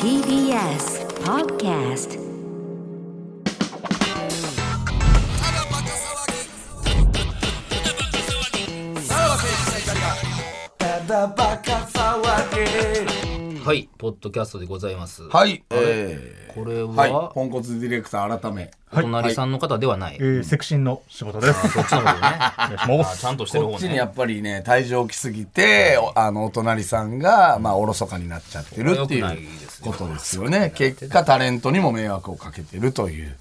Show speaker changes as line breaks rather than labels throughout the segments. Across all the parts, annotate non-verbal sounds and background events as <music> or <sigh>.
TBS Podcast
はい、ポッドキャストでございます。
はい、え
これは、
ー、はい、ポンコツディレクター改め。
お隣さんの方ではない。
えー、セクシンの仕事です。
そっちの方ね。
もう
あちゃんとしてる
こ
方
っちに
ね
や。っぱりね、体重置きすぎて、おあの、お隣さんが、まあ、おろそかになっちゃってるってい
これ良くないうですね
ことですよね。結果、タレントにも迷惑をかけてるという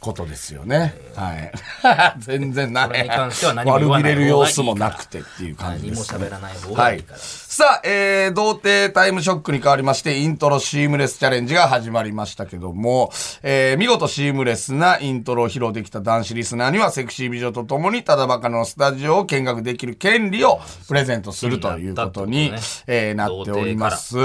ことですよね。はい。 <laughs> 全然な
これ
い
に関しては何も
悪
言わ
び
ない
れ
方が
る
いい
様子もなくてっていう感じ
何
で
も
すね。
喋らない方が
はい
い
い
から。。
さあ、えー、童貞タイムショックに変わりまして、イントロシームレスチャレンジが始まりましたけども、えー、見事シームレスなイントロを披露できた男子リスナーには、セクシー美女とともに、ただバカのスタジオを見学できる権利をプレゼントするということに
なったってことね
えーなっております。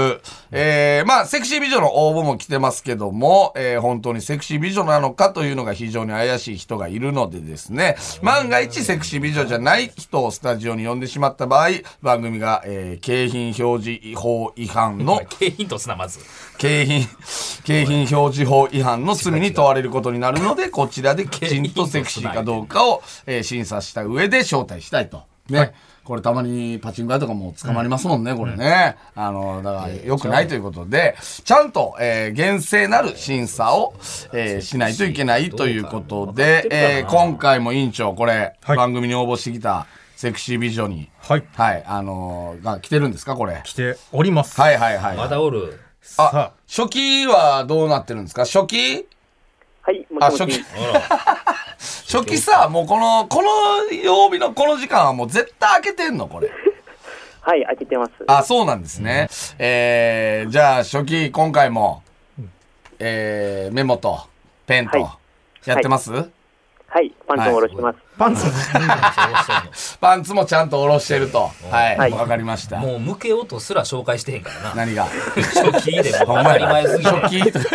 えー、まあ、セクシー美女の応募も来てますけども、えー、本当にセクシー美女なのかというのが非常に怪しい人がいるのでですね、万が一セクシー美女じゃない人をスタジオに呼んでしまった場合、番組が、えー、景品表示法違反の、
景品とすな、まず。
景品、景品表示法違反の罪に問われることになるので、こちらできちんとセクシーかどうかを、えー審査した上で招待したいと。ね。これたまにパチンコ屋とかも捕まりますもんね、これね。あの、だから良くないということで、ちゃんと、えー厳正なる審査を、えーしないといけないということで、えー今回も委員長、これ、
はい
番組に応募してきたセクシー美女に、
はい。
はい、あのが来てるんですか、これ。
来ております。
はいはいはい。
まだおる。
あ
さあ、、
初期はどうなってるんですか初期
はい、も
あ、
しも
初期
し。。
<laughs> 初期さ、もうこの、この曜日のこの時間はもう絶対開けてんのこれ。
はい、開けてます。
あ、そうなんですね。えー、じゃあ初期、今回も、えー、メモと、ペンと
は、
やってます、
はい、パンツも下ろしてます。
パンツ。
<laughs> パンツもちゃんと下ろしてると。はい。わ
は、い
かりました。
もう向けようとすら紹介してへんからな。
何が
初期でもう
ほん
当
ま
た
や
り前すぎて。
初
<laughs>
期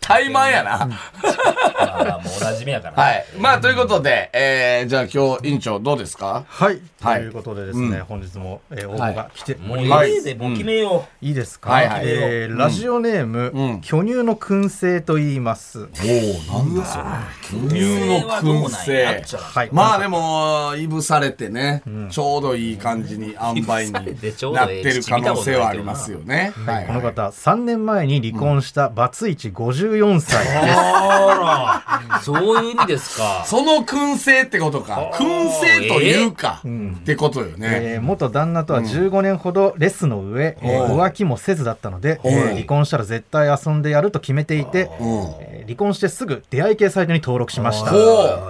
怠慢やな。
まあまあもうおなじみやから。
はい。まあ、ということで、えー、じゃあ今日、委員長どうですか
はい。と
はい
いうことでですね、本日も、えー応募が来て
も
お
う
り
い
ます。
いで、もう決めよ
いいですか、
はいはい
えーラジオネーム、
うん
巨乳の燻製と言います。
おおなんだそれ
う。
牛の燻製
はい。
まあ
あ、
でもいぶされてね、ちょうどいい感じに塩梅にな
てちょう
っ
ど
て
ええ
る可能性はありますよねはい
この方、3年前に離婚したバツイチ54歳です。
あら、そういう意味ですか。
その燻製ってことか燻製というか、ってことよね、
えー元旦那とは15年ほどレスの上、えー
おう
浮気もせずだったので、え
う
ー離婚したら絶対遊んでやると決めていて、
うん
えー離婚してすぐ出会い系サイトに登録しました
おう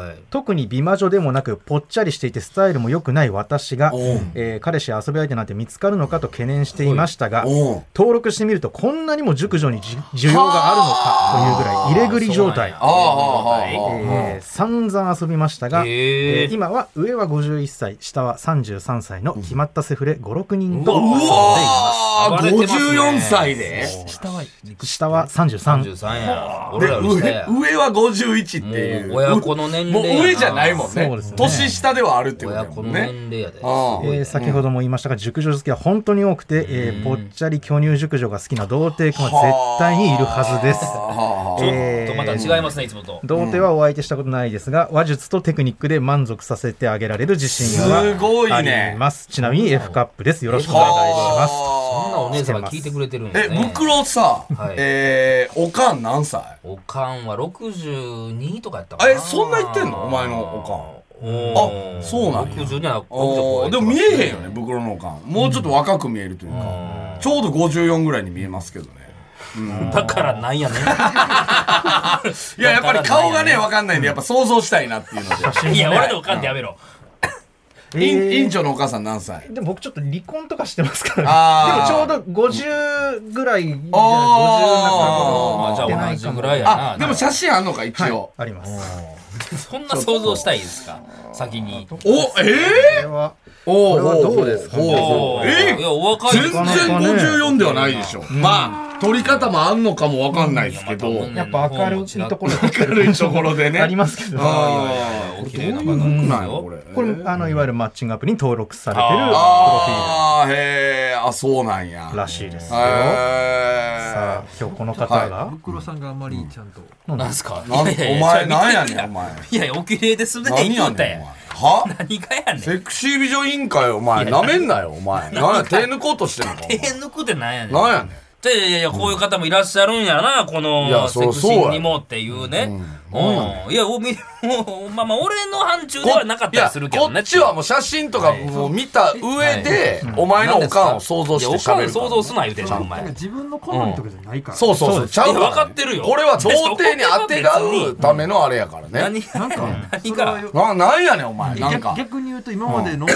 はい
特に美魔女でもなくぽっちゃりしていてスタイルも良くない私が
おう、
えー彼氏や遊び相手なんて見つかるのかと懸念していましたが
おう
登録してみるとこんなにも熟女にじ需要があるのかというぐらい入れ食り状態
あ、
ああああああ
えー散々遊びましたが、
へー
えー今は上は51歳下は33歳の決まったセフレ56人と遊んでい
ああ
ま
暴れてますね
54歳で
す下は下は33
33や。
で
俺らよ
上
り下や。
上は51っていう
もう親子の年
もう
齢やな。
上じゃないもんね
そうですね
年下ではあるってこと
親
やも
子の
ん
年
ね
齢やで。
ああ
えー先ほども言いましたが熟女好きは本当に多くて、えーぽっちゃり巨乳熟女が好きな童貞君は絶対にいるはずです。
ああ
えー
とまた違いますね、いつもと。
童貞はお相手したことないですが、話術とテクニックで満足させてあげられる自信は
すごい
あ
ね
ります。ちなみに F カップです。よろしくお願いします。
そんなお姉様聞いてくれてるん
え
や、ね。
袋さ、
はい
えー、おかん何歳
おかんは62とかやったかな。
え、そんな言ってんのお前のお
おー
あそうなんや
60には
かん。おーでも見えへんよね、袋のおかん。もうちょっと若く見えるというか、ちょうど54ぐらいに見えますけどね。
だからなんやねん。
いや、やっぱり顔がね、
だからなんやね
わかんないんで、やっぱ想像したいなっていうので。
<laughs> いや、俺のおかんってやめろ。
え
委員
ー
委員長のお母さん何歳
でも僕ちょっと離婚とかしてますから
あー
ね。でもちょうど50ぐらいじゃない、50
あ
まあ、じゃあ
半ば出な
同
い
じ
かも
ぐらいやな。
あ、でも写真あんのか、一応。
あります。
そんな想像したいですか先に。
お、え
これは
ー、お
これはどうですかね
おーえ
い
ー
や、お若い
全然54ではないでしょ。まあ、撮り方もあんのかもわかんないですけど、
やっぱ明るいところ
明るいところでね。
ありますけど、
ああ、
お
こ
綺
れ
麗
ど
な
う
方
いう服
なんです
なんや
よ
これ。
これあのいわゆるマッチングアプリに登録されてるプロフィール。
ああ、へえ、あ、そうなんや。
らしいです
へ
よ。
ー
さあ、今日この方が、
黒さんがあんまりちゃんと、
なんすか
なん
いやいや
お前
いや
なんやねん
い <laughs> や
お前
いやいや、お綺麗ですね。
何やねん、お前。は
言うたやん。何がやねん。
セクシー美女委員会、お前、なめんなよ、お前。なんや、手抜こうとしてんのか。
手抜くってなんやねん。
お前なんやねん。
いやいやいや、こういう方もいらっしゃるんやな、
いや
この
そ
セ
う
クシーにもっていうね。うん。いや、おみ <laughs> まあまあ、俺の範疇ではなかったりするけど
いや
ね。
こっちはもう写真とかもう見た上で、お前のおかんを想像して
い
喋
やお
る
か
か
ん
ら
想像すな言うてんの、お
なんか
前。
自分の好みとかじゃないから、
そうそうそうちゃう
いや分かってるよ
これは童貞にあてがうためのあれやからね
何が、何
それは
が。
よ
ななんやねんお前なん
逆
か
逆に言うと今までの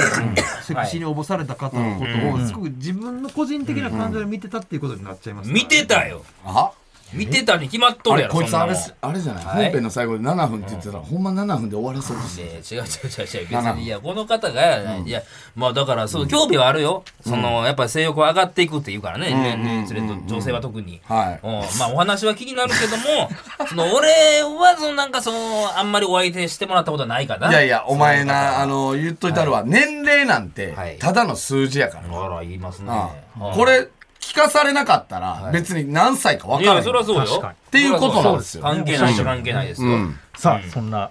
セクシーにおぼされた方のことをすごく自分の個人的な感情で見てたっていうことになっちゃいますからね
見てたよ。
あ
見てたに決まっとるやろ、そんなもん。
あれじゃない
はい
の最後で7分って言ってたらほんま7分で終わらそうとし
い
て
やいや違う違う違う違う別
な
にいやこの方が、いやまあだからそう興味はあるよ、そのやっぱ性欲は上がっていくっていうからね、年齢につれと女性は特に、
はい
うんまあお話は気になるけ
<laughs>
どもその俺はそのなんかそのあんまりお相手してもらったことはないかないい
やいやお前なあの言っといたるわ年齢なん
は
て
い
ただの数字やから
あら言いますね
な
はい
これ聞かされなかったら別に何歳か分
い
から
や
ない
それはそうよ
確かに
っていうことなんですよ
関係ないっちゃ関係ないですよ、
うん
さあ、そんな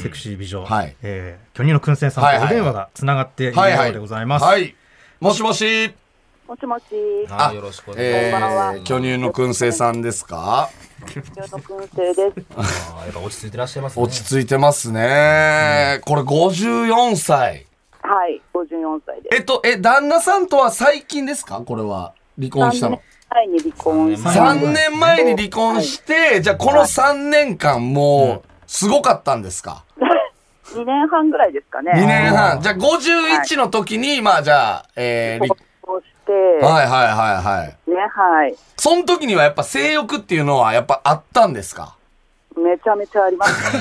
セクシー美女、
はい
えー巨乳の燻製さんとお電話がつながっているよ
はいは
う
い
でございます。
はいもしもし
もしもし、
は
あ
いよろしくお願いし
え
こんばんは
ー、巨乳の燻製さんですか
京都燻製です。
ます、あーやっぱ落ち着いてらっしゃいますね
落ち着いてますね、これ54歳
はい、五十四歳です。
えっとえ旦那さんとは最近ですかこれは離婚した
三
の
年前に離婚し
3年前に離婚して、じゃあこの3年間もうすごかったんですか、
二年半ぐらいですかね。
2年半じゃあ51の時に、まあじゃあえー、
離
離
婚して、
はいはいはいはい
ね、はい、
その時にはやっぱ性欲っていうのはやっぱあったんですか
めちゃめちゃあります。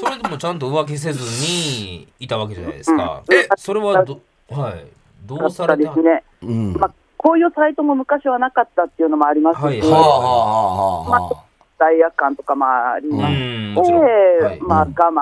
それでもちゃんと浮気せずにいたわけじゃないですか。
え
それはど、はい、ど
あ
う
っ
さ
た
れ
で
た
すね。
うん
まあ、こういうサイトも昔はなかったっていうのもありますし、
はい
はあはあはあはあ
罪悪感とかもあり
う
まして、
ん、もちろん。はい、
まあ、我慢、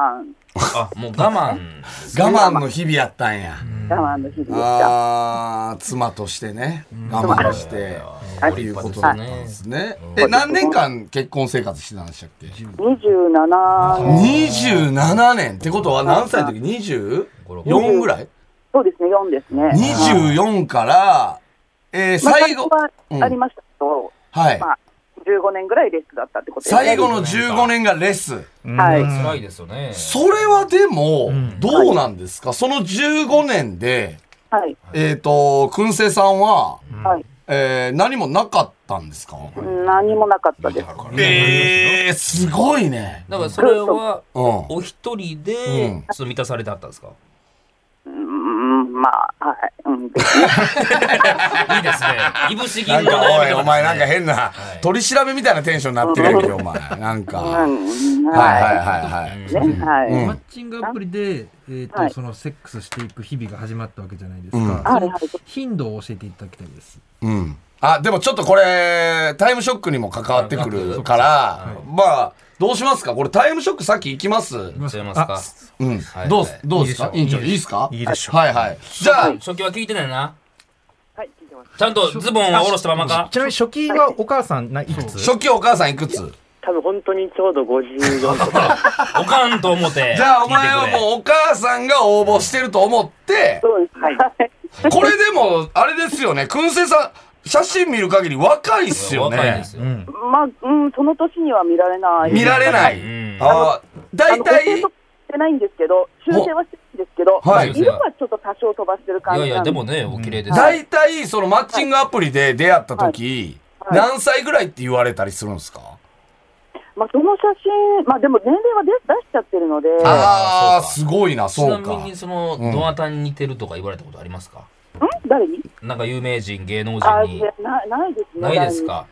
あ、もう我慢です。
我慢の日々やったんや。
我慢の日々でした。
ああ、妻としてね。我慢して。
はい
ということ
は
だっ
い
たんですね。え、何年間結婚生活してたんでしたっけ
二十七年、
?27 年ってことは何歳の時 ?24 ぐらい
そうですね、四ですね。
?24 から、えー
まあ
最後、
最はありましたけど、
はい。
まあ十五年ぐらいレスだったってことですね。
最後の15年がレス。
はい。
辛いですよね。
それはでも、どうなんですかその15年で、
はい。
えっと、燻製さんは、
はい。
えー何もなかったんですか
何もなかったです。
ええー、すごいね。
だからそれは、
うん。
お一人
う
で
ん、
その満たされてあったんですか、
うん、まあ、はい。
<laughs>
うん、別に。
いいですね。いぶし銀
な
の
んか、お
悩み
い、
とか
お前なんか変な、
い
取り調べみたいなテンションになってるやんけ、お前。なんか。
う
はい
ん、
はい
は
はいはい。
い。ね、はい。
うん
マッチングアプリで、えーと
はい
そのセックスしていく日々が始まったわけじゃないですか、
うん
そ
はい
の
はい
頻度を教えていただきたいです
うん。あ、でもちょっとこれ、タイムショックにも関わってくるから、まあ、どうしますかこれタイムショックさっき行きますうん。
ちゃいますか。はい
どうす、どうですか
い
委
い
員長、
でしょう
いいですか
いいでしょう
はいはい。じゃあ、
初期は聞いてないな。
はい、聞いてます。
ちゃんとズボンは下ろしたままか
ちなみに初期はお母さんないくつ
初期お母さんいくつ
多分本当にちょうど54とか。
おかんと思って。
じゃあ、お前はも
う。
うお母さんが応募してると思って、
そうです。はい。
これでも、あれですよね、燻製さん、写真見る限り若いっすよね。
若いですよ。
まあ、うん、その年には見られない。
見られない。
うん
ああ、
あ
大
の、
体
補正と、かしてないんですけど、修正はしてるんですけど、
はい
色はちょっと多少飛ばしてる感
い
じ
や
な
いや、
んで。
でもね、お綺麗です。
大体、そのマッチングアプリで出会った時、
いはい
何歳ぐらいって言われたりするんですか
まあ、その写真、まあ、でも年齢は出出しちゃってるので、
ああ、
そう
す
か
ごいな、
ち
そ
な
う
み
か。
にその、どなたに似てるとか言われたことありますか
ん誰に
なんか有名人芸能
あ
人
い
に
やなないですね。
ないですか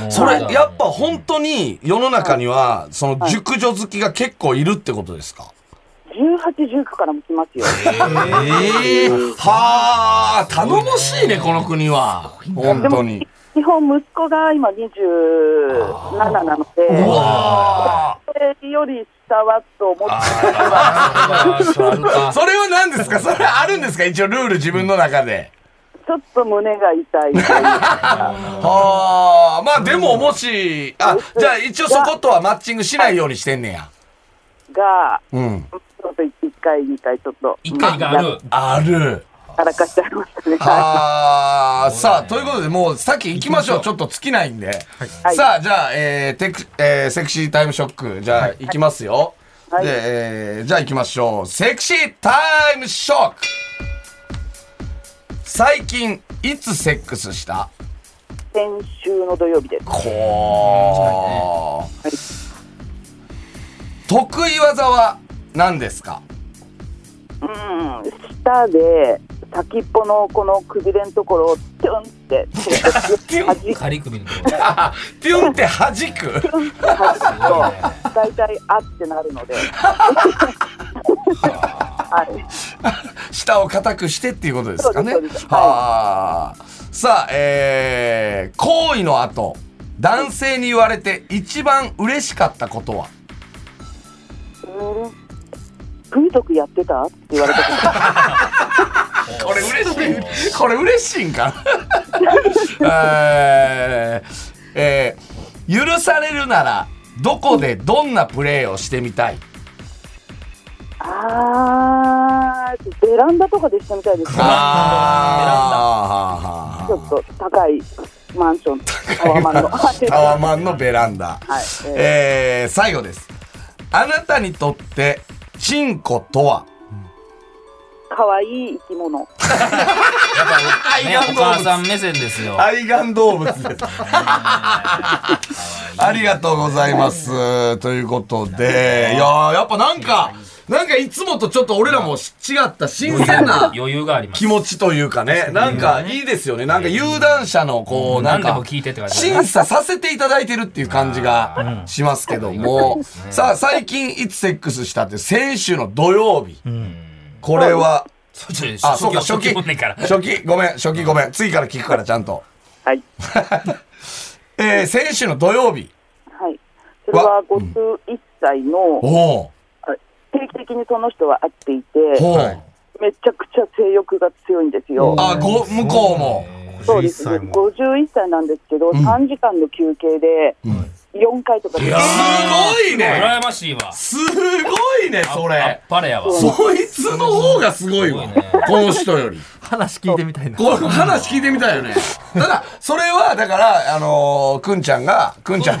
もう
それ
じゃ、あ
やっぱ本当に世の中には、その熟女好きが結構いるってことですか
誰に。18、19からも来ますよ。
ええはあ、頼もしいね、この国は。本当に。
基本息子が今27なので、
うわ
それより下はと思って、
あーそれはあるか
あ。それは何ですかそれあるんですか一応ルール自分の中で。
ちょっと胸が痛いというか
はあ、まあでももし、あ、じゃあ一応そことはマッチングしないようにしてんねや。
が、
うん。
ちょっと一回、二回、ちょっと。
一回がある。
ある。
やらかしちゃいましたね。は
はあ、さあ、ということでもう先行きましょう。ちょっと尽きないんで。
はい
さあ、じゃあ、えーテク、えーセクシータイムショック。じゃあ、行きますよ。
はい
で、えーじゃあ行きましょう。セクシータイムショック最近、いつセックスした
い先週の土曜日です。
こう、
はい
得意技は何ですか <laughs>
うん、舌で先っぽのこのくびれのところをトゥンって
ピュン
はじ
仮首のところ。
あピュンって弾く
<laughs> はじくと大体あってなるのではい
舌を硬くしてっていうことですかね
そうですそうです
はあさあえー、行為の後男性に言われて一番嬉しかったことは
うん風俗やってたって言われた時
これ嬉しいこれ嬉しいんかな <laughs> えーえー許されるならどこでどんなプレーをしてみたい
あーベランダとかでしてみたいですね
あ
ちょっと高いマンションタワマンのはい
ータワマンのベランダ、
はい
えー最後ですあなたにとってチンコとは
可愛い生き物
ね、お母さん目線ですよ。
愛玩動物です
<laughs>
ありがとうございますということでいやーやっぱなんかなんかいつもとちょっと俺らも違った新鮮な
余裕があります。
気持ちというかねなんかいいですよねなんか有段者のこうなん
何で
か
も聞いてって感じ。
審査させていただいてるっていう感じがしますけども、さあ最近いつセックスしたって先週の土曜日、これはあ
あ、
そ
そうう
か
か、
初
初
期
期。本年から。
初期ごめん初期ごめん次から聞くからちゃんと、
はい
えー、先週の土曜日
はいそれは51歳の
おう
定期的にその人は会っていて
ほう、
めちゃくちゃ性欲が強いんですよ。
あご向こうも
そうですね。51歳なんですけど、3時間の休憩で、4回とかで
す
す
ごいね
羨ましいわ。
すごいねそ
あっ
れ
ぱれやわ。
そいつの方がすごいわ
すごいね
この人より
話聞いてみたいな。
この話聞いてみたいよね。ただ、それは、だから、あのーくんちゃんが、くんちゃん、
<laughs>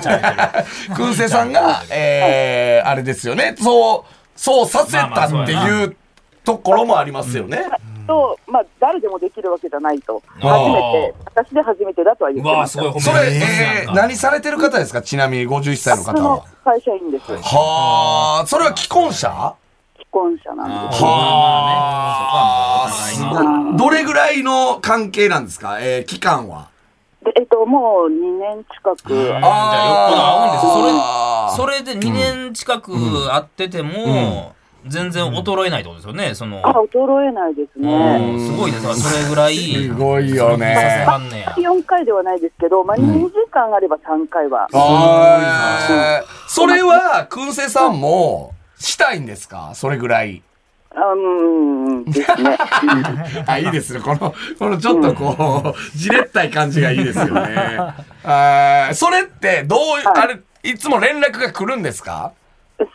くんせいさんが、えー、あれですよね。そう、そうさせたって
まあまあそう
いうところもありますよね。
と、まあ、誰でもできるわけじゃないと。初
あー
めて、私で初めてだとは言
う
ってま
わ、
し
す
た。
ごい褒め
そ
ら
れ、
れてますやん
え
か
ー、何されてる方ですかちなみに51歳の
そ
方
の
は。
会社員です。既
はあ、それは既婚者は
婚者なんです。
あ、
そ
す
こは
ごい。どれぐらいの関係なんですかえー、期間は。
でえっと、もう2年近く、
あじゃあよっぽど合うんですよそれ
あー
それで2年近く会ってても、全然衰えないってことですよね、その。
あ、衰えないですね。
うんすごいです、それぐらい。
すごいよね
させはんねや。
4回ではないですけど、まあ、2時間あれば3回は。
あーそれは、くんせさんも、したいんですかそれぐらい。
うん、です
<laughs>
ね。
あ、いいですね。この、このちょっとこう、じれったい感じがいいですよね。あーそれって、どういう、
はい
あれ、いつも連絡が来るんですか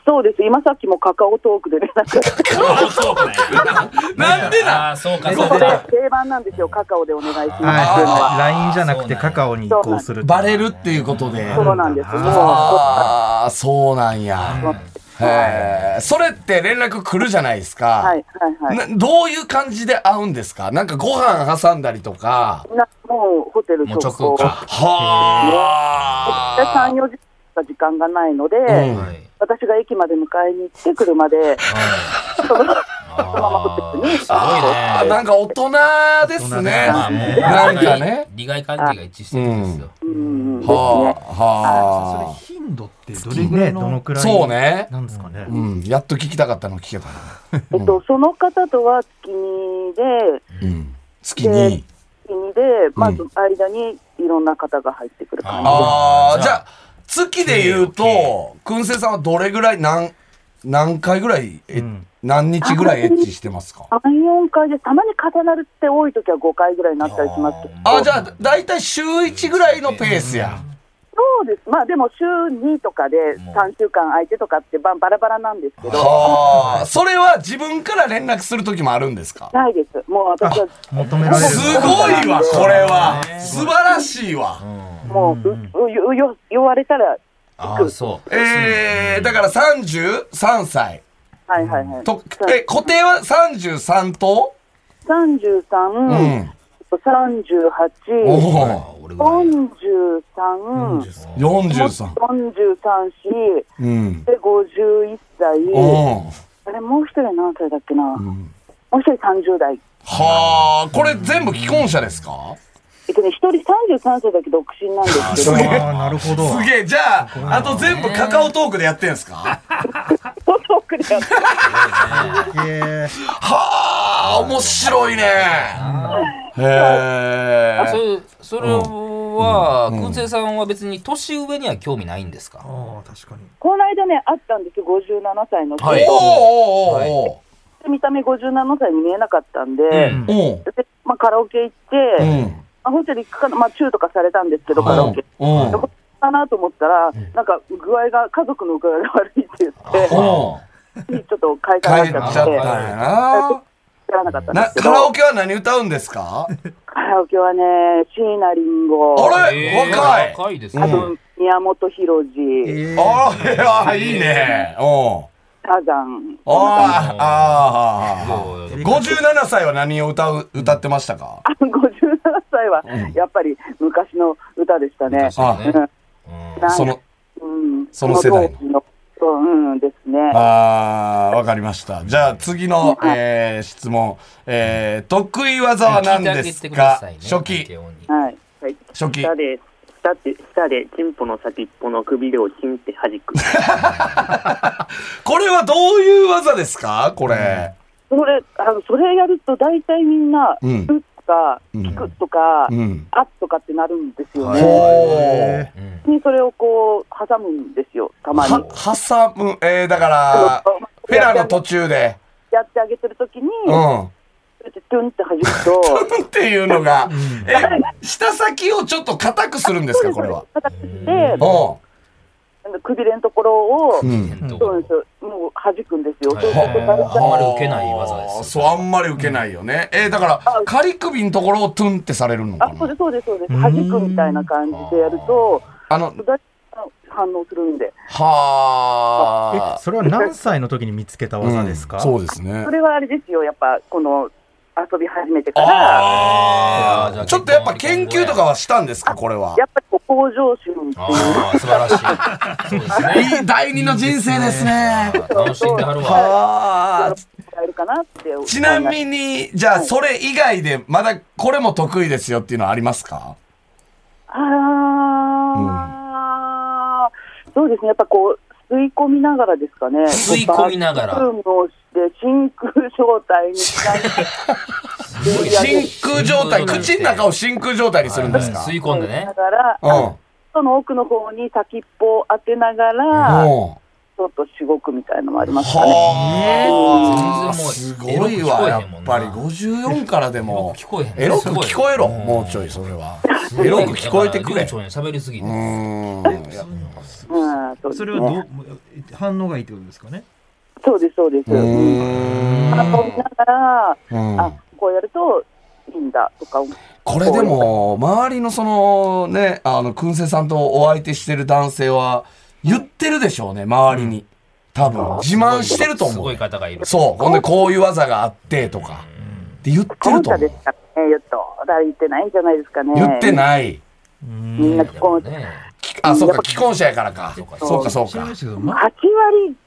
そうです。今さっきもカカオトークで連絡が
そうかね。
なんで
あ
な
あ、そうか、そ
こ
う
こで
か。
定番なんですよ、カカオでお願いします。
はい、LINE じゃなくてカカオに移行すると
バレるっていうことで。
そうなんです。もう、
ああ、そうなんや。へーそれって連絡来るじゃないですか。
はい、はい、はい。
などういう感じで会うんですかなんかご飯挟んだりとか。
なもう、ホテル
もう
直
直
行
後。か。
で、3、
は
4時間時間がないので、
ん
はい。
私が駅まで迎えに行って、車で、そのそのままホテルに、
すごい
あ。
ね。
なんか大人ですね。
まあもう
なんかね。
利害関係が一致してるんですよ。
うん、です
はあ
ね。
は
それ頻度ってどれ
ね
ぐらい
どの
の
く
あ。
らい
そうね。
なんですかね、
うん、やっと聞きたかったの聞けた。
えっと、その方とは月にで、
うん。月に。
月にで、まず間にいろんな方が入ってくる感じ。
ああ、じ
じゃ
ゃ
あ
あ、月で言うと、くんせいさんはどれぐらい、何、何回ぐらい、え
うん
何日ぐらいエッチしてますか
3、4回です。たまに重なるって多い時は5回ぐらいになったりしますけど。
あ、じゃあ、だいたい週1ぐらいのペースや。
そうです。まあでも週2とかで3週間空いてとかってばバラバラなんですけど、
はあ、それは自分から連絡する時もあるんですか
ないです。もう私は
求められる
すごいわ、これは。素晴らしいわ。
もう、うううよ言われたら、
ああ、そう。
えー、だから33歳。
はいはいはい。
と、え、固定は33と
33、
お
38、
お
俺ぐらい。
43、
43。
43し、
うん。
で、51歳。
おお
あれ、もう一人何歳だっけな。もう一人30代。
はあ、これ全部既婚者ですか
えっとね、一人33歳だけ独身なんですけど、
ああなるほど
すげえ、じゃあ、あと全部カカオトークでやってんすか
その奥でやって
え
はあ、面白いね。へ
そ
え。
れそれは、空生さんは別に年上には興味ないんですか、
ああ、確かに。
<laughs> この間ね、会ったんですよ、57歳の人。
はい
おおおおお
見た目57歳に見えなかったんで、
うん
おう
でまあ、カラオケ行って、
うん。
まあ、ホテル行くかな、まあ、チューとかされたんですけど、カラオケ。
うん。うん
かなと思ったら、なんか具合が、家族の具合が悪いって言っ
おう
て、ちょっと解
帰
散
っ
に
ち
な
ゃ
っ
っ
ち
た
ゃっ
ん
て、
やな。
知らなかったんで
な
すけ
カラオ
ど、
ケは何歌うんです
<laughs>
か
カラオケはね、椎名林檎、
あれ若い
若いです
あ
ね。
と宮本浩
ー
次、
えー
あらいや、いいね。おう
サザン、
ああ、ああ。
もう
57歳は何を歌う歌ってましたか
あ57歳はやっぱり昔の歌でしたね。
そうね
うんなん
その、
うん
その世代の
その当時のそう、うん、ですね。
ああ、わかりました。じゃあ次の、えー質問。えー得意技は何ですか初期。
はい。はい。
初期。
舌で、舌って、舌で、チンポの先っぽのくびれをチンって弾く。
これはどういう技ですかこれ。
それ、あの、それやると大体みんな、
う
うんとか、
うん
聞くとか、
うん。
あっとかってなるんですよね。
ほう。
にそれをこう、挟むんですよ、たまに。
は、挟む。えーだから、フェラの途中で。
やってあげてるときに、
う
そ
ん。
うやってトゥンって弾くと、
っていうのが、え、舌先をちょっと硬く <laughs> するんですかこれは。
叩くして、
お
あのくびれんところを、
ううん。
そうなんですよ、もう弾くんですよ。そうすると
あんまり受けない技ですよ
そう、あんまり受けないよね。えーだから、仮首のところをトゥンってされるのか
あ、そう
な
です、そうです、そうです。弾くみたいな感じでやると、
あの、
だい反応するんで。
は
えそれは何歳の時に見つけた
あ。
技ですか、
うんそうですね
そ。れはあれですよ、やっぱ、この、遊び始めてから、
あ
い
あ
や
ちょっとやっぱ研究とかはしたんですかこれは
や。っぱりこう向上心っていう
ああ、素晴らしい。そうですね。
いい第二の人生ですね。
楽しんではるわ。
はあ。
のがえるかなって。
ちなみに、じゃあそれ以外でまだこれも得意ですよっていうのはありますか
あー、そうですね、やっぱこう、吸い込みながらですかね。
吸い込みながら
バックルームをして、真空状態にしない
真空状態、口の中を真空状態にするんですか
吸い込んで
な
ね。
がら、
うん。お
その奥の方に先っぽを当てながら、
う
ちょっとしごくみたいのもありますかね。
はあ。
全然もう
すごいわ、やっぱり。54からでも。
聞こえへん
エロく聞こえろ、もうちょい、それは。エロく聞こえてくれ。う
喋りすぎて。
ーん。
うん、そうですね
それはどう、反応がいいってことですかね。
そうです、そうです。鼻を見ながら、あこうやるといいんだとか思う、
これでも、周りのそのね、あの、くんせさんとお相手してる男性は、言ってるでしょうね、周りに。多分、自慢してると
す
思。
ごいう方がいる。
そう。ほんで、こういう技があって、とか。って言ってる
本
と思
社で
う
す。からね、言っと、だ言ってないんじゃないですかね。
言ってない。
みんな既婚、
ね。
きあ、そうか、既婚者やからか。そうか、そう
知ら
か
ないで。すけど、
8
ま、
割、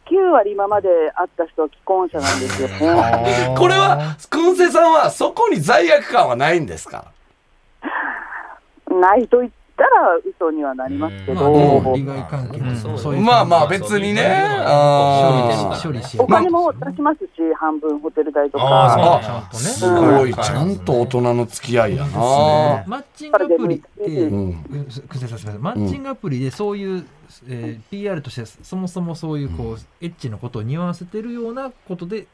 9割今まで会った人は既婚者なんですよね。
これは、くんせさんは、そこに罪悪感はないんですか
ないと言っったら嘘にはなりますけ
まあ
ど、
ね
うん
利害関係
うん
とそういう
まあまあ別にね。
あ
あ
ー
処理し
お金も出しますし、半分ホテル代と
あ
か、
ー
ちゃんとね。
すごい、ちゃんと大人の付き合いやな。
マッチングアプリって、
う。
うんくせさせてくださいマッチングアプリでそういう、えー PR としてそもそもそういうこう、エッチなことを匂わせてるようなことで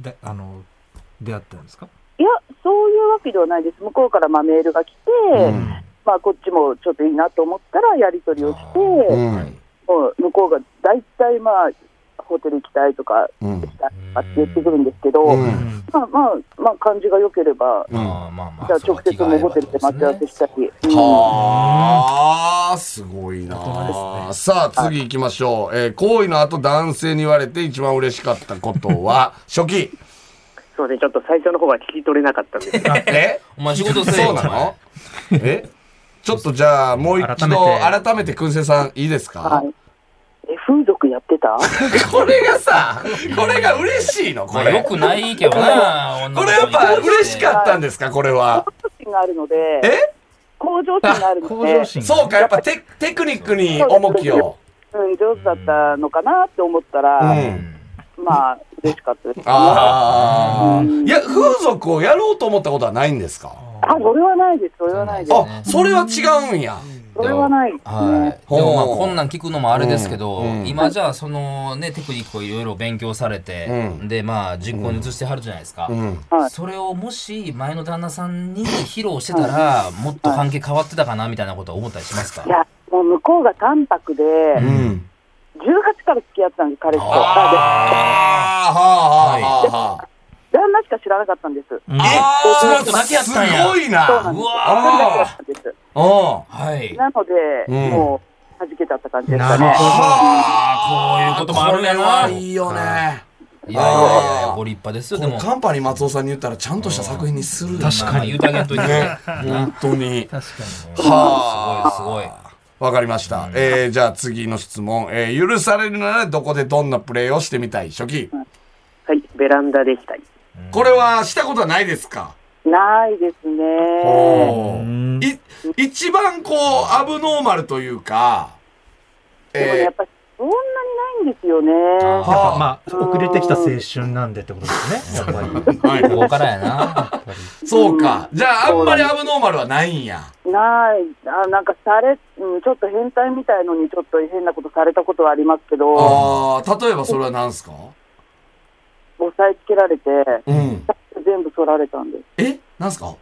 だあの出会ったんですか
いや、そういうわけではないです、向こうからまあメールが来て、
うん
まあ、こっちもちょっといいなと思ったら、やり取りをして、
うん。
もう向こうが大体、まあ、ホテル行きたいとか、
うん。
行きたいとかって言ってくるんですけど、
うん
うん
まあまあ、まあ、感じが良ければ、
うん。
まあまあまあ。
じゃあ直接もうホテルで待ち合わせしたり、うん
はあ、すごいな
大人
あ。さあ、次行きましょう。えー、行為の後、男性に言われて一番嬉しかったことは、初期。
すいません、ちょっと最初の方は聞き取れなかったんですけど
え
<laughs> お前仕事せえ
そ
よ
うなのえちょっとじゃあ、もう一
改め
度、
て
改めて、くんせいさん、いいです
は
か
い、え風俗やってた
<laughs>
<laughs>
これがさ、これが嬉しいの
ま
こ
あ
れ。
よ
こ
くないけどな。
れやっぱ嬉し
っ
かったんですかこれは。
向上心があるので、
え
向上心があるの
向
で
上、心。
そうか、やっぱテテクニックに重きを。
うん、上手だったのかなって思った
う
ら、
ん。
まあ、嬉しかったです。
ああ。いや、風俗をやろうと思ったことはないんですか
あ、それはないです、それはないです。
あ、それは違うんや。
それはないですね。
はい、
ほう
でもまあこんなん聞くのもあれですけど、
うんうん
今じゃあそのねテクニックをいろいろ勉強されて、
うん
でまあ実行に移してはるじゃないですか、
うん。
はい
それをもし前の旦那さんに披露してたらもっと関係変わってたかなみたいなことは思ったりしますか
いや、もう向こうが淡白で、
うん。
18から付き合ってたんです、彼氏と。
ああ、はあはあはあ。
で旦那しか知らなかったんです。
うん
あ
その人だけやったんや
すごいな。
そうなん
う
です。
わ
旦那しか知らなかったんです。
ん。
はい
なので、
うん
もう、弾けちゃった感じですか
なる
ね
ほ。
ああこういうこともあるんや
これは
ないい
いよね。
やいやいやご立派ですよで
こ
も
れカンパニー松尾さんに言ったらちゃんとした作品にするよな
確か
まあ言うてあげんといてね
ね。本当に。
確かに
はあ。
すごいすごい
わかりました。えー、じゃあ次の質問。えー、許されるならどこでどんなプレーをしてみたい初期。
はい、ベランダでしたい。
これはしたことはないですか
ないですね。
お
うん
ーい一番こう、アブノーマルというか、
でもね、やっぱり、そんなにないんですよね。
あ
やっぱまあ、遅れてきた青春なんでってことですね、やっぱ
は
り。
い
<laughs>
ここからやな
そうか。じゃあ、あんまりアブノーマルはないんや。
ない。あなんか、され、うん、ちょっと変態みたいのに、ちょっと変なことされたことはありますけど、押
ああ、例えばそれは何すか
さえつけられて、
うん。
全部剃られたんです。
え何すか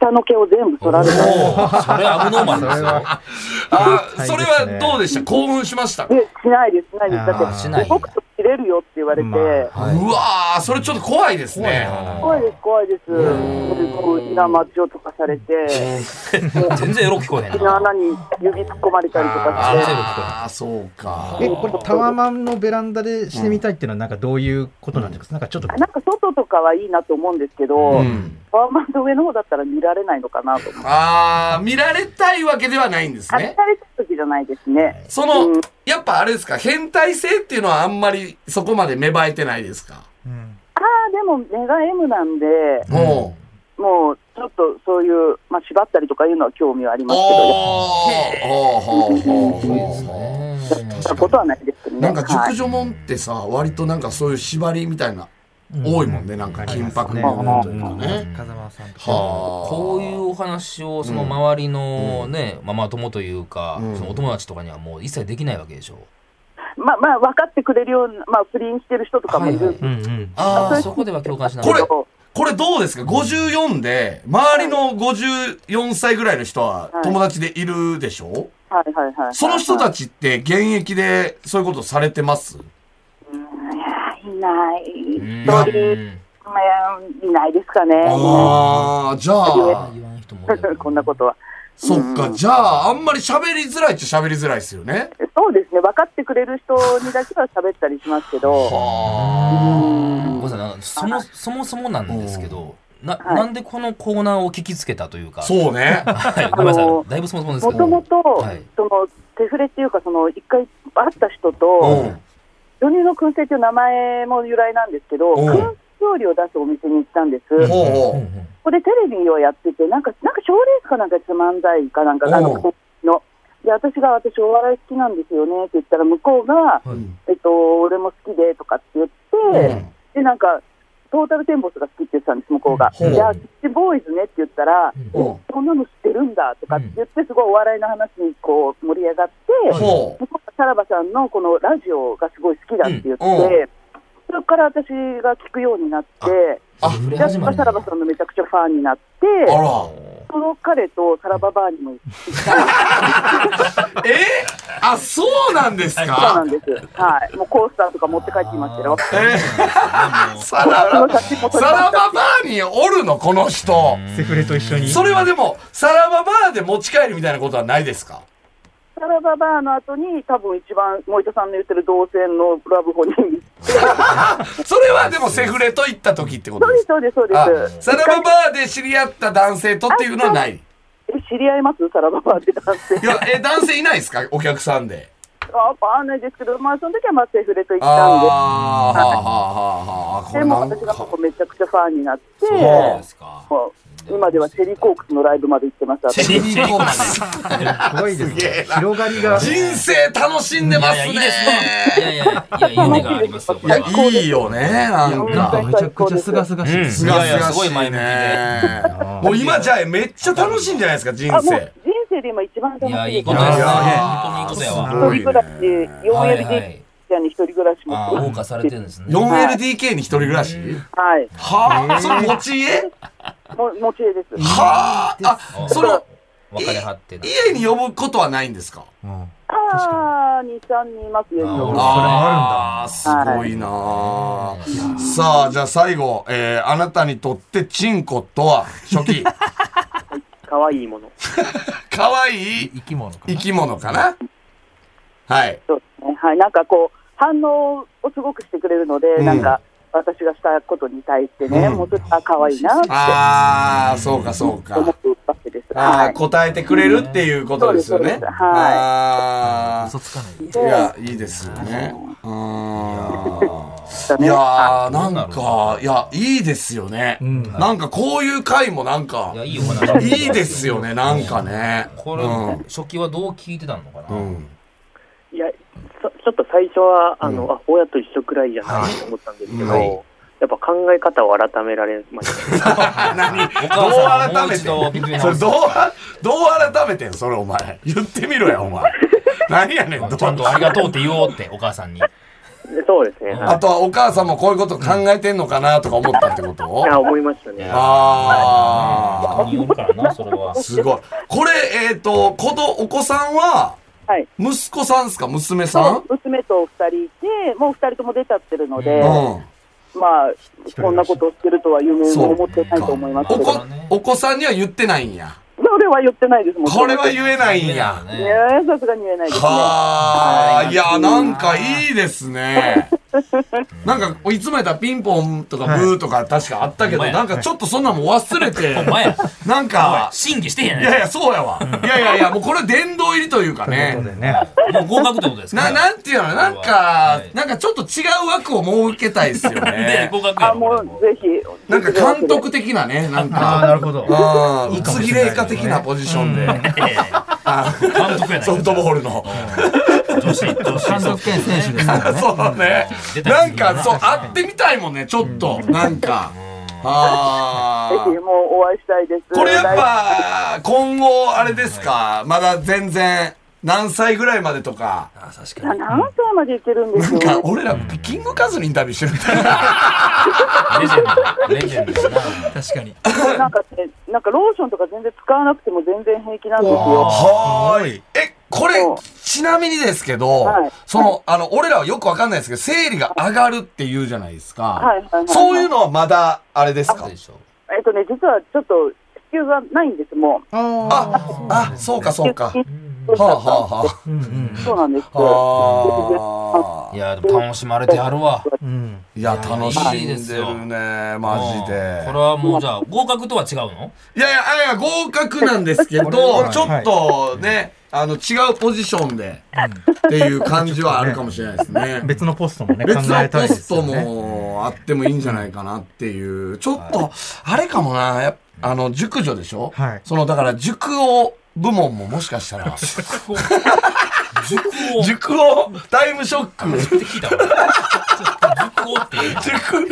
下の毛を全部剃られたんです。
おーそれアブノーマル
<laughs>
ですよ
ああ、
はい
それはどうでした興奮しましたか
で、しないです、しないです。だ
あー
っ、
してないんや
僕と切れるよって言われて、
まあ
はいう
わー、それちょっと怖いですね。
怖いです、怖いです。それでこう稲待ちをとかされて、
全然エロ聞こえへん
口の
な
穴に指突っ込まれたりと
あ
かして、
ーあー、そうか。
え、これタワマンのベランダでしてみたいっていうのは、なんかどういうことなんですか、なんかちょっと、
なんか外とかはいいなと思うんですけ
う
ど、
ん。
パワーマンの上の方だったら見られないのかなと思って。
ああ、見られたいわけではないんです
あ見
ね。
られた時じゃないですね。
その、
うん
やっぱあれですか、変態性っていうのはあんまりそこまで芽生えてないですか。
うん
ああ、でも目が M なんで、
も
もうちょっとそういう、まあ、縛ったりとかいうのは興味はあり
う。
ますけど、や
おーおーほうほうほうほ
ったことはないですけど
う
ね。
なんか
は
熟
い
女もんってさ、割となんかそういう縛りみたいな、多いもんね、なんか緊迫感というかね。
風間さんとか
はあ。
こういうお話をその周りのねママ友というか
うん
そのお友達とかにはもう一切できないわけでしょ
まあまあ、分かってくれるような、まあ、不倫してる人とかもいるんです
うんうん。
あー
そこでは共感しな
これ
けど、
これどうですか ?54 で、周りの54歳ぐらいの人は友達でいるでしょ、
はいはいはい。
その人
だ
たちって現役でそういうことされてます
いない。
うん
一人、まあ、いないですかね。
ああ、じゃあ、
言わん人も
<laughs> こんなことは。
そっか、じゃあ、あんまり喋りづらいっちゃ喋りづらいですよね。
そうですね、分かってくれる人にだけは喋ったりしますけど、
ごめんなさいなそもそもそもなんですけどななんでこのコーナーを聞きつけたというか
そうね。
はいごめんなさいだいぶそもそもです
も
けど
ともと
はい、
その、手触れっていうか、その、一回会った
<laughs>
人
う
と、
ん。
巨乳の燻製っていう名前も由来なんですけど、
うん
燻製料理を出すお店に行ったんです。
ほう
うんう
ほ
ん
これテレビをやってて、なんか、なんか賞レースかなんかやってた漫才かなんかが、
うん
なんかこうで私が私お笑い好きなんですよねって言ったら向こうが、えっと、俺も好きでとかって言って、でなんかトータルテンボスが好きって言ってたんです向こうが、
うん
じゃあキッチンボーイズねって言ったら、
うん
そんなの知ってるんだとかって言ってすごいお笑いの話にこう盛り上がって、
ほう
向こうがさらばさんのこのラジオがすごい好きだって言って、
うんうん
それから私が聞くようになって。
あ
触れ
で
始
私
ま
が
る
さらばさんのめちゃくちゃファンになって、
あ
その彼とさらばバーにも行っ
ら。えあ、そうなんです
たな
か
んです。はい。もうコースターとか持って帰ってきましたよ。
さらば、
写真も撮
さ
りま
らばバ
した。
ーにおるの、この人。
セフレと一緒に。
それはでも、さらばバーで持ち帰るみたいなことはないですか
さらばバーの後に、多分一番森田さんの言ってる動線のラブ
<laughs>
ホに。
それはでもセフレと行った時ってこと
そう
で
です、
すか
そうです、そ
あさ
うです。
らばバーで知り合った男性とっていうのはない
え知り合いますさらばバーって男性
い。や、え、男性いないですかお客さん
<laughs>
で。
あ、わかんないですけど、まあ、その時はまあセフレと行っ
あ
たん
あ、はあはあはあはあ。こ
で。
れ
で
な
も
ん
私がこ
か
こ。めちゃくちゃファンになって、
そうですか。
もう今ではチェリーコークスのライブまで行ってます。私
チェリーコークス
すごいです
すげえ
ね。
な
広がりが。
人生楽しんで
い
ま
や
すね。
いや、いいですね。いやいや、いや、夢がありますよ、こ
い
れ
や、
は。
いいよね、なん
め
か。
ちゃくちゃすがすがしいです。
す
い
が
やい
す
や
が
すご
し
い
い
前向きで。
ね。 <laughs> もう今じゃあめっちゃ楽しいんじゃないですか、人
あ、もう
生。
人生で今一番楽
いや、
し
い
い
い
で
こ
す
と。ですね。
あー
本当にいいことや
一
わ。
人暮らし、
はい
4LDK
はい。
に一人暮らしも
あ
し
あ、
てま
謳歌されてるんですね。
4LDK に一人暮らし
す。はい。
はあ、それ持ち家は
も持ち家です。
あ、あ、その、
分かれはってな。
家に呼ぶことはないんですか
うん
ああ、2、3人いますよ、
あー
今。
ああ、す
それもあるんだ
ごいなあ、さあ、じゃあ最後、えーあなたにとってチンコとは、初期、
可愛いもの。
かわいい
生き物か
生き物かなはい。
そうですね。はい。なんかこう、反応をすごくしてくれるので、
うん
なんか、私がしたことに対してね、
うん
もうちょっと、あ、可愛いなって
ああ、そうかそうか。
思うわけです。
あ
は
あ、
い。
答えてくれるっていうことですよ
そ
ね
うですそうで。すはい
ああ
嘘つかない。
いや、いいですよね。うーん。い
ね
やー、なんか、いや、いいですよね。なんかこういう回もなんか
いや、、いいお話。
いいですよね、なんかね。
これ、
うん
初期はどう聞いてたのかな、
うん。
<laughs>
いや、そちょっと最初は、あの、あ、親と一緒くらいじゃないと思ったんですけど、
はい
やっぱ考え方を改められましたね。
何どう
お母さんも
改
う
め
一度
て
ビッグ
んそれどう、どう改めてんそれお前。言ってみろや、お前。何やねん、ど
ちゃん
う。
とありがとうって言おうって、お母さんに。
<laughs>
そうですね。は
あとはお母さんもこういうこと考えてんのかなとか思ったってこと
い。あ思いましたね。
あ
によるからな、それは
あ、。すごい。これ、えっ、と、このお子さんは、
はい
息子さんですか娘さん
そう娘と2人いて、もう2人とも出ちゃってるので、
うん。
まあ、
人
こんなことをしてるとは夢も思ってないと思いますけ
お
ど、
こ、お子さんには言ってないんや。
それは言ってないですもん。
これは
ね
言え <laughs> ないんや。
ね
さすがに言えないですね。
はあ、
はい
いや、なんかいいですね。なんか、いつもやったらピンポンとかブーとか確かあったけど、
はい
なんかちょっとそんなもん忘れて、
お前や、
なんか、
審議してへん
いやい
や
や、そうや <laughs> わ。いやいやいや、もうこれ殿堂入りというか
ということ
ね。
でね。
ない。もう合格ってことです
な、
か
なんていうの、なんか
は、い
なんかちょっと違う枠を設けたいですよ
<laughs>
ね
ね。
合格や
あ、
ろ
もう
これ
ぜひ。
なんか監督的なね、なん
ああ、
か、
なるほど。
うん、宇
いいかも
津
し
木
れない
麗華的なポジションで、
いやいやいや
あ
監督やないか
<laughs> ソフトボールの。
女子、女子。
監督兼選手ですから
<laughs>
ね。
そうね。なんか、そう、会ってみたいもんね、ちょっと。なんか。あ
ぜひ
ー
もうお会いしたいです。
これやっ
来
ぱ、今後、あれですか、まだ全然、何歳ぐらいまでとか。
あ確か
な何歳までいけるんです
なん
よね
か、。俺ら、キングカズにインタビューしてるみたいな。
に。レジェンド。レジェンドですな。
確かに。
なんかね、なんかローションとか全然使わなくても全然平気なんですよ。
はーい。え、これ
うん、
ちなみにですけど
はい、
その、あの、俺らはよくわかんないですけど、生理が上がるって言うじゃないですか
はいはいはいは。い
そういうのはまだ、あれです
そう
か
でしょ
えっとね、実はちょっと子宮がないんです、もう。
あ、あ、そうかそうか。
子
はあ
宮が
はあはあ。
そうなんですよ。
あ
う。いや、でも楽しまれてやるわ。
うん。
いや、楽し
いい
ん
です
で
よ
るね、マジ
うんこれ
で。
はもうじゃあ、合格とは違うの
いやいや、あいや合格なんですけど、
これは
ちょっとね、あの、違うポジションで、っていう感じはあるかもしれないですね。
別のポストもね、考
別
え
の
た
ポ
いで
ス
す
ト
よね。
もあってもいいんじゃないかなっていう、ちょっと、あれかもな、やっぱあの、熟女でしょ
はい
その、だから、塾を部門ももしかしたら、
熟語。熟語。っ
熟語、タイムショック、
て聞いたわ。熟語って言うの。
熟、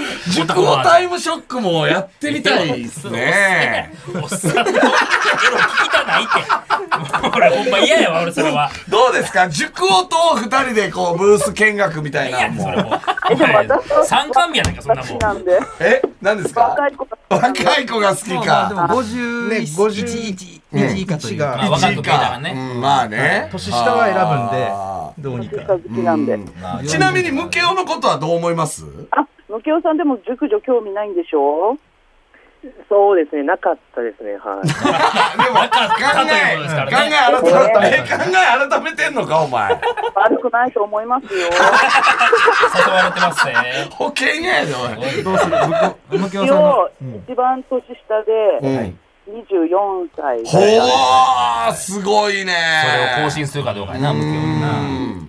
熟語タイムショックもやってみたいですね。
おっさんのエロ聞きたないって。もう俺ほんま嫌やわ、俺それは。
どうですか熟語と二人でこう、ブース見学みたいなの
そ
も
れ。もう。お前三冠やないか、そんなも
好
ん
き。なんで、
え何ですか
若い子が好きなんで
若い子が好き
まあまあでも
か。
51、
ね50
1、1以下という
うん
か
まあ、若く見えたらね。
うんまあね。
年下は
あ
選ぶんで、どう
私
に
が好
か。
きなんで。
まあ
ちなみに、ムケオのことはどう思います
あ、のきおさんでも熟女興味ないんでしょ
そうですね、なかったですね、はい。
あでも、考
ということですから
え、考
ね
え改めて、え考え改めてんのか、お前。
<laughs> 悪くないと思
<laughs>
いますよ。
誘われてますね。
保険やで、おい。
どうする僕、向き
一
さんの
応、一番年下で
うん
24歳。
ほー、すごいね。
それを更新するかどうかやな、向けような。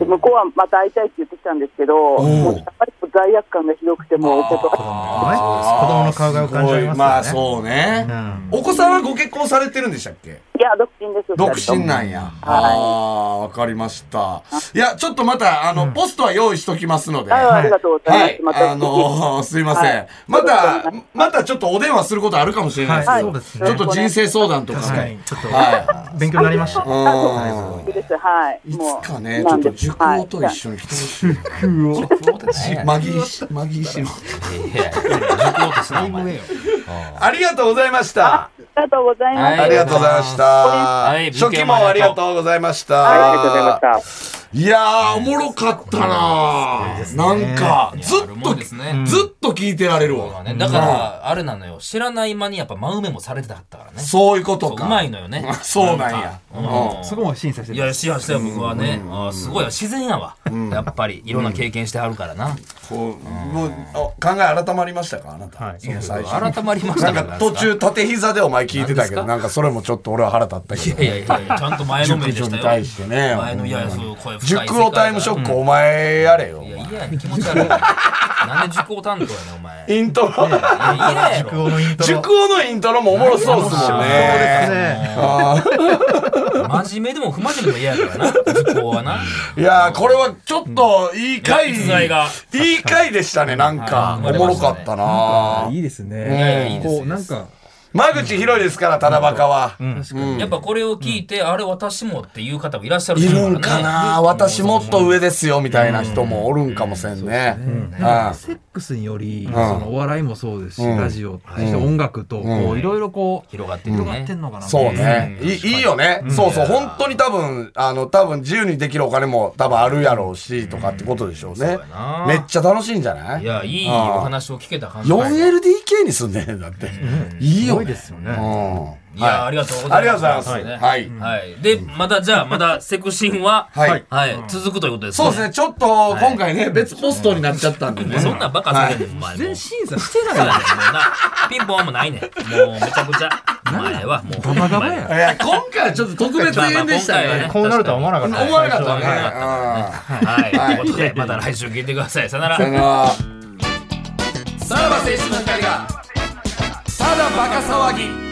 で向こうはまた会いたいって言ってきたんですけど、もうやっぱり罪悪感がひどくてもうお断
ね
り
子供の顔が浮かんじゃいますからね
まあそうね、お子さんはご結婚されてるんでしたっけ
いや、独身です。
独身
な
なんや、ああわかりましたいやちょっとまたあの、ポストは用意しときますので
あありがとうございます。
はい、
また、
あのー <laughs> すいません、
はい
また、またちょっとお電話することあるかもしれないです
は
け
い
ど、
そうですね
ちょっと人生相談とか、
は
はい
い、ちょっ
は
と勉強になりました。
い、
いいです。はい。
い
もう
つかね、ちょ
な
っ
ん
と
です
熟語と一緒に来てほしい。 <laughs> 熟語マギーし、マギーしの。
いやいや、熟語とすな、お前。
ありがとうございました。
ありがとうございます。
はい
ありがとうございました。
い
初期もありがとうございまし
あ
た。
りがとうございました。
いやー、おもろかったなーなんか、ずっ
あるも
と、
んですね
ずっと聞いてられるわ。
ねだから、あれなのよ。知らない間にやっぱ真埋めもされてたからね。
そういうこと
う
か。。
まいのよね
そうなんや
かうん
そこも審査して
い
た
や、しやしたよ、僕はね。あーすごいわ自然やわ。やっぱり、いろんな経験してはるからな。
こう、もう、あ考え改まりましたかあなた。
はい
その最初。
改まりまし
な
た
ん
か
から途中縦膝でお前聞いてたけど、
何ですか
なんかそれもちょっと俺は腹立ったけど。
いやいやいや、ちゃんと前のめりで
熟
し
女に
たよ。
対してね。
前の、いやいや、そう、声深い世界
熟語タイムショックお前やれよ。
いや、嫌やね、気持ち悪い。なんで熟語担当やねん、お前。い
イントロ。
や、嫌や
熟
ろ。
語のイントロ。
熟語のイントロもおもろそうっすもん
そうです
ね。
ね。
あー
真面目でも不真面目でも嫌やからな、熟語はな。
いやー、これはちょっといい回、
逸材が
いい回でしたね、なんか。
はい
おもろかったな。
いいです
いやいや
ね。
いいです
こう、なんか、
間口広いですから、ただバカは。
やっぱこれを聞いて、あれ私もっていう方もいらっしゃる
い
でしょう
るん
ら
か
ね
な私もっと上ですよ、みたいな人もおるんかもしれんね。
なんか
う
セックスにより、そのお笑いもそうですし、ラジオ、そして音楽と、こう、いろいろこう、
広がってるね
広がってんのかな。
んそうね。いいいよね。そうそう。本当に多分、あの、多分自由にできるお金も多分あるやろうし、とかってことでしょうね
そうやな。
めっちゃ楽しいんじゃない
いや、いいお話を聞けた感じが。い
4LDK に住んでんだって。いい
す
よ
ごい
ね。
ですよね。
うん
や、
は
あ
い
りがとうございます。
ありがとうございます。はい。
はい。で、まだ、じゃあ、まだ、セクシンは、
はい
はい、続くということですね。
そうですね、ちょっと今回ね、別ポストになっちゃったんでね。
そんなんバカされるの、お前。 <laughs> 全然審査してないもうな、ピンポンもないねん。もう、めちゃくちゃ。お前は、もう。ガバガバや。
いや、今回はちょっと特別編でした
まあまあ
ね。
今
こうなるとは思わなかった。
思わなかった
最初は
ね
ね。うん
はい。と
はい
いうことで、また来週聞いてください。さよなら。
あの
さらば青春の光が。
ただバカ騒ぎ。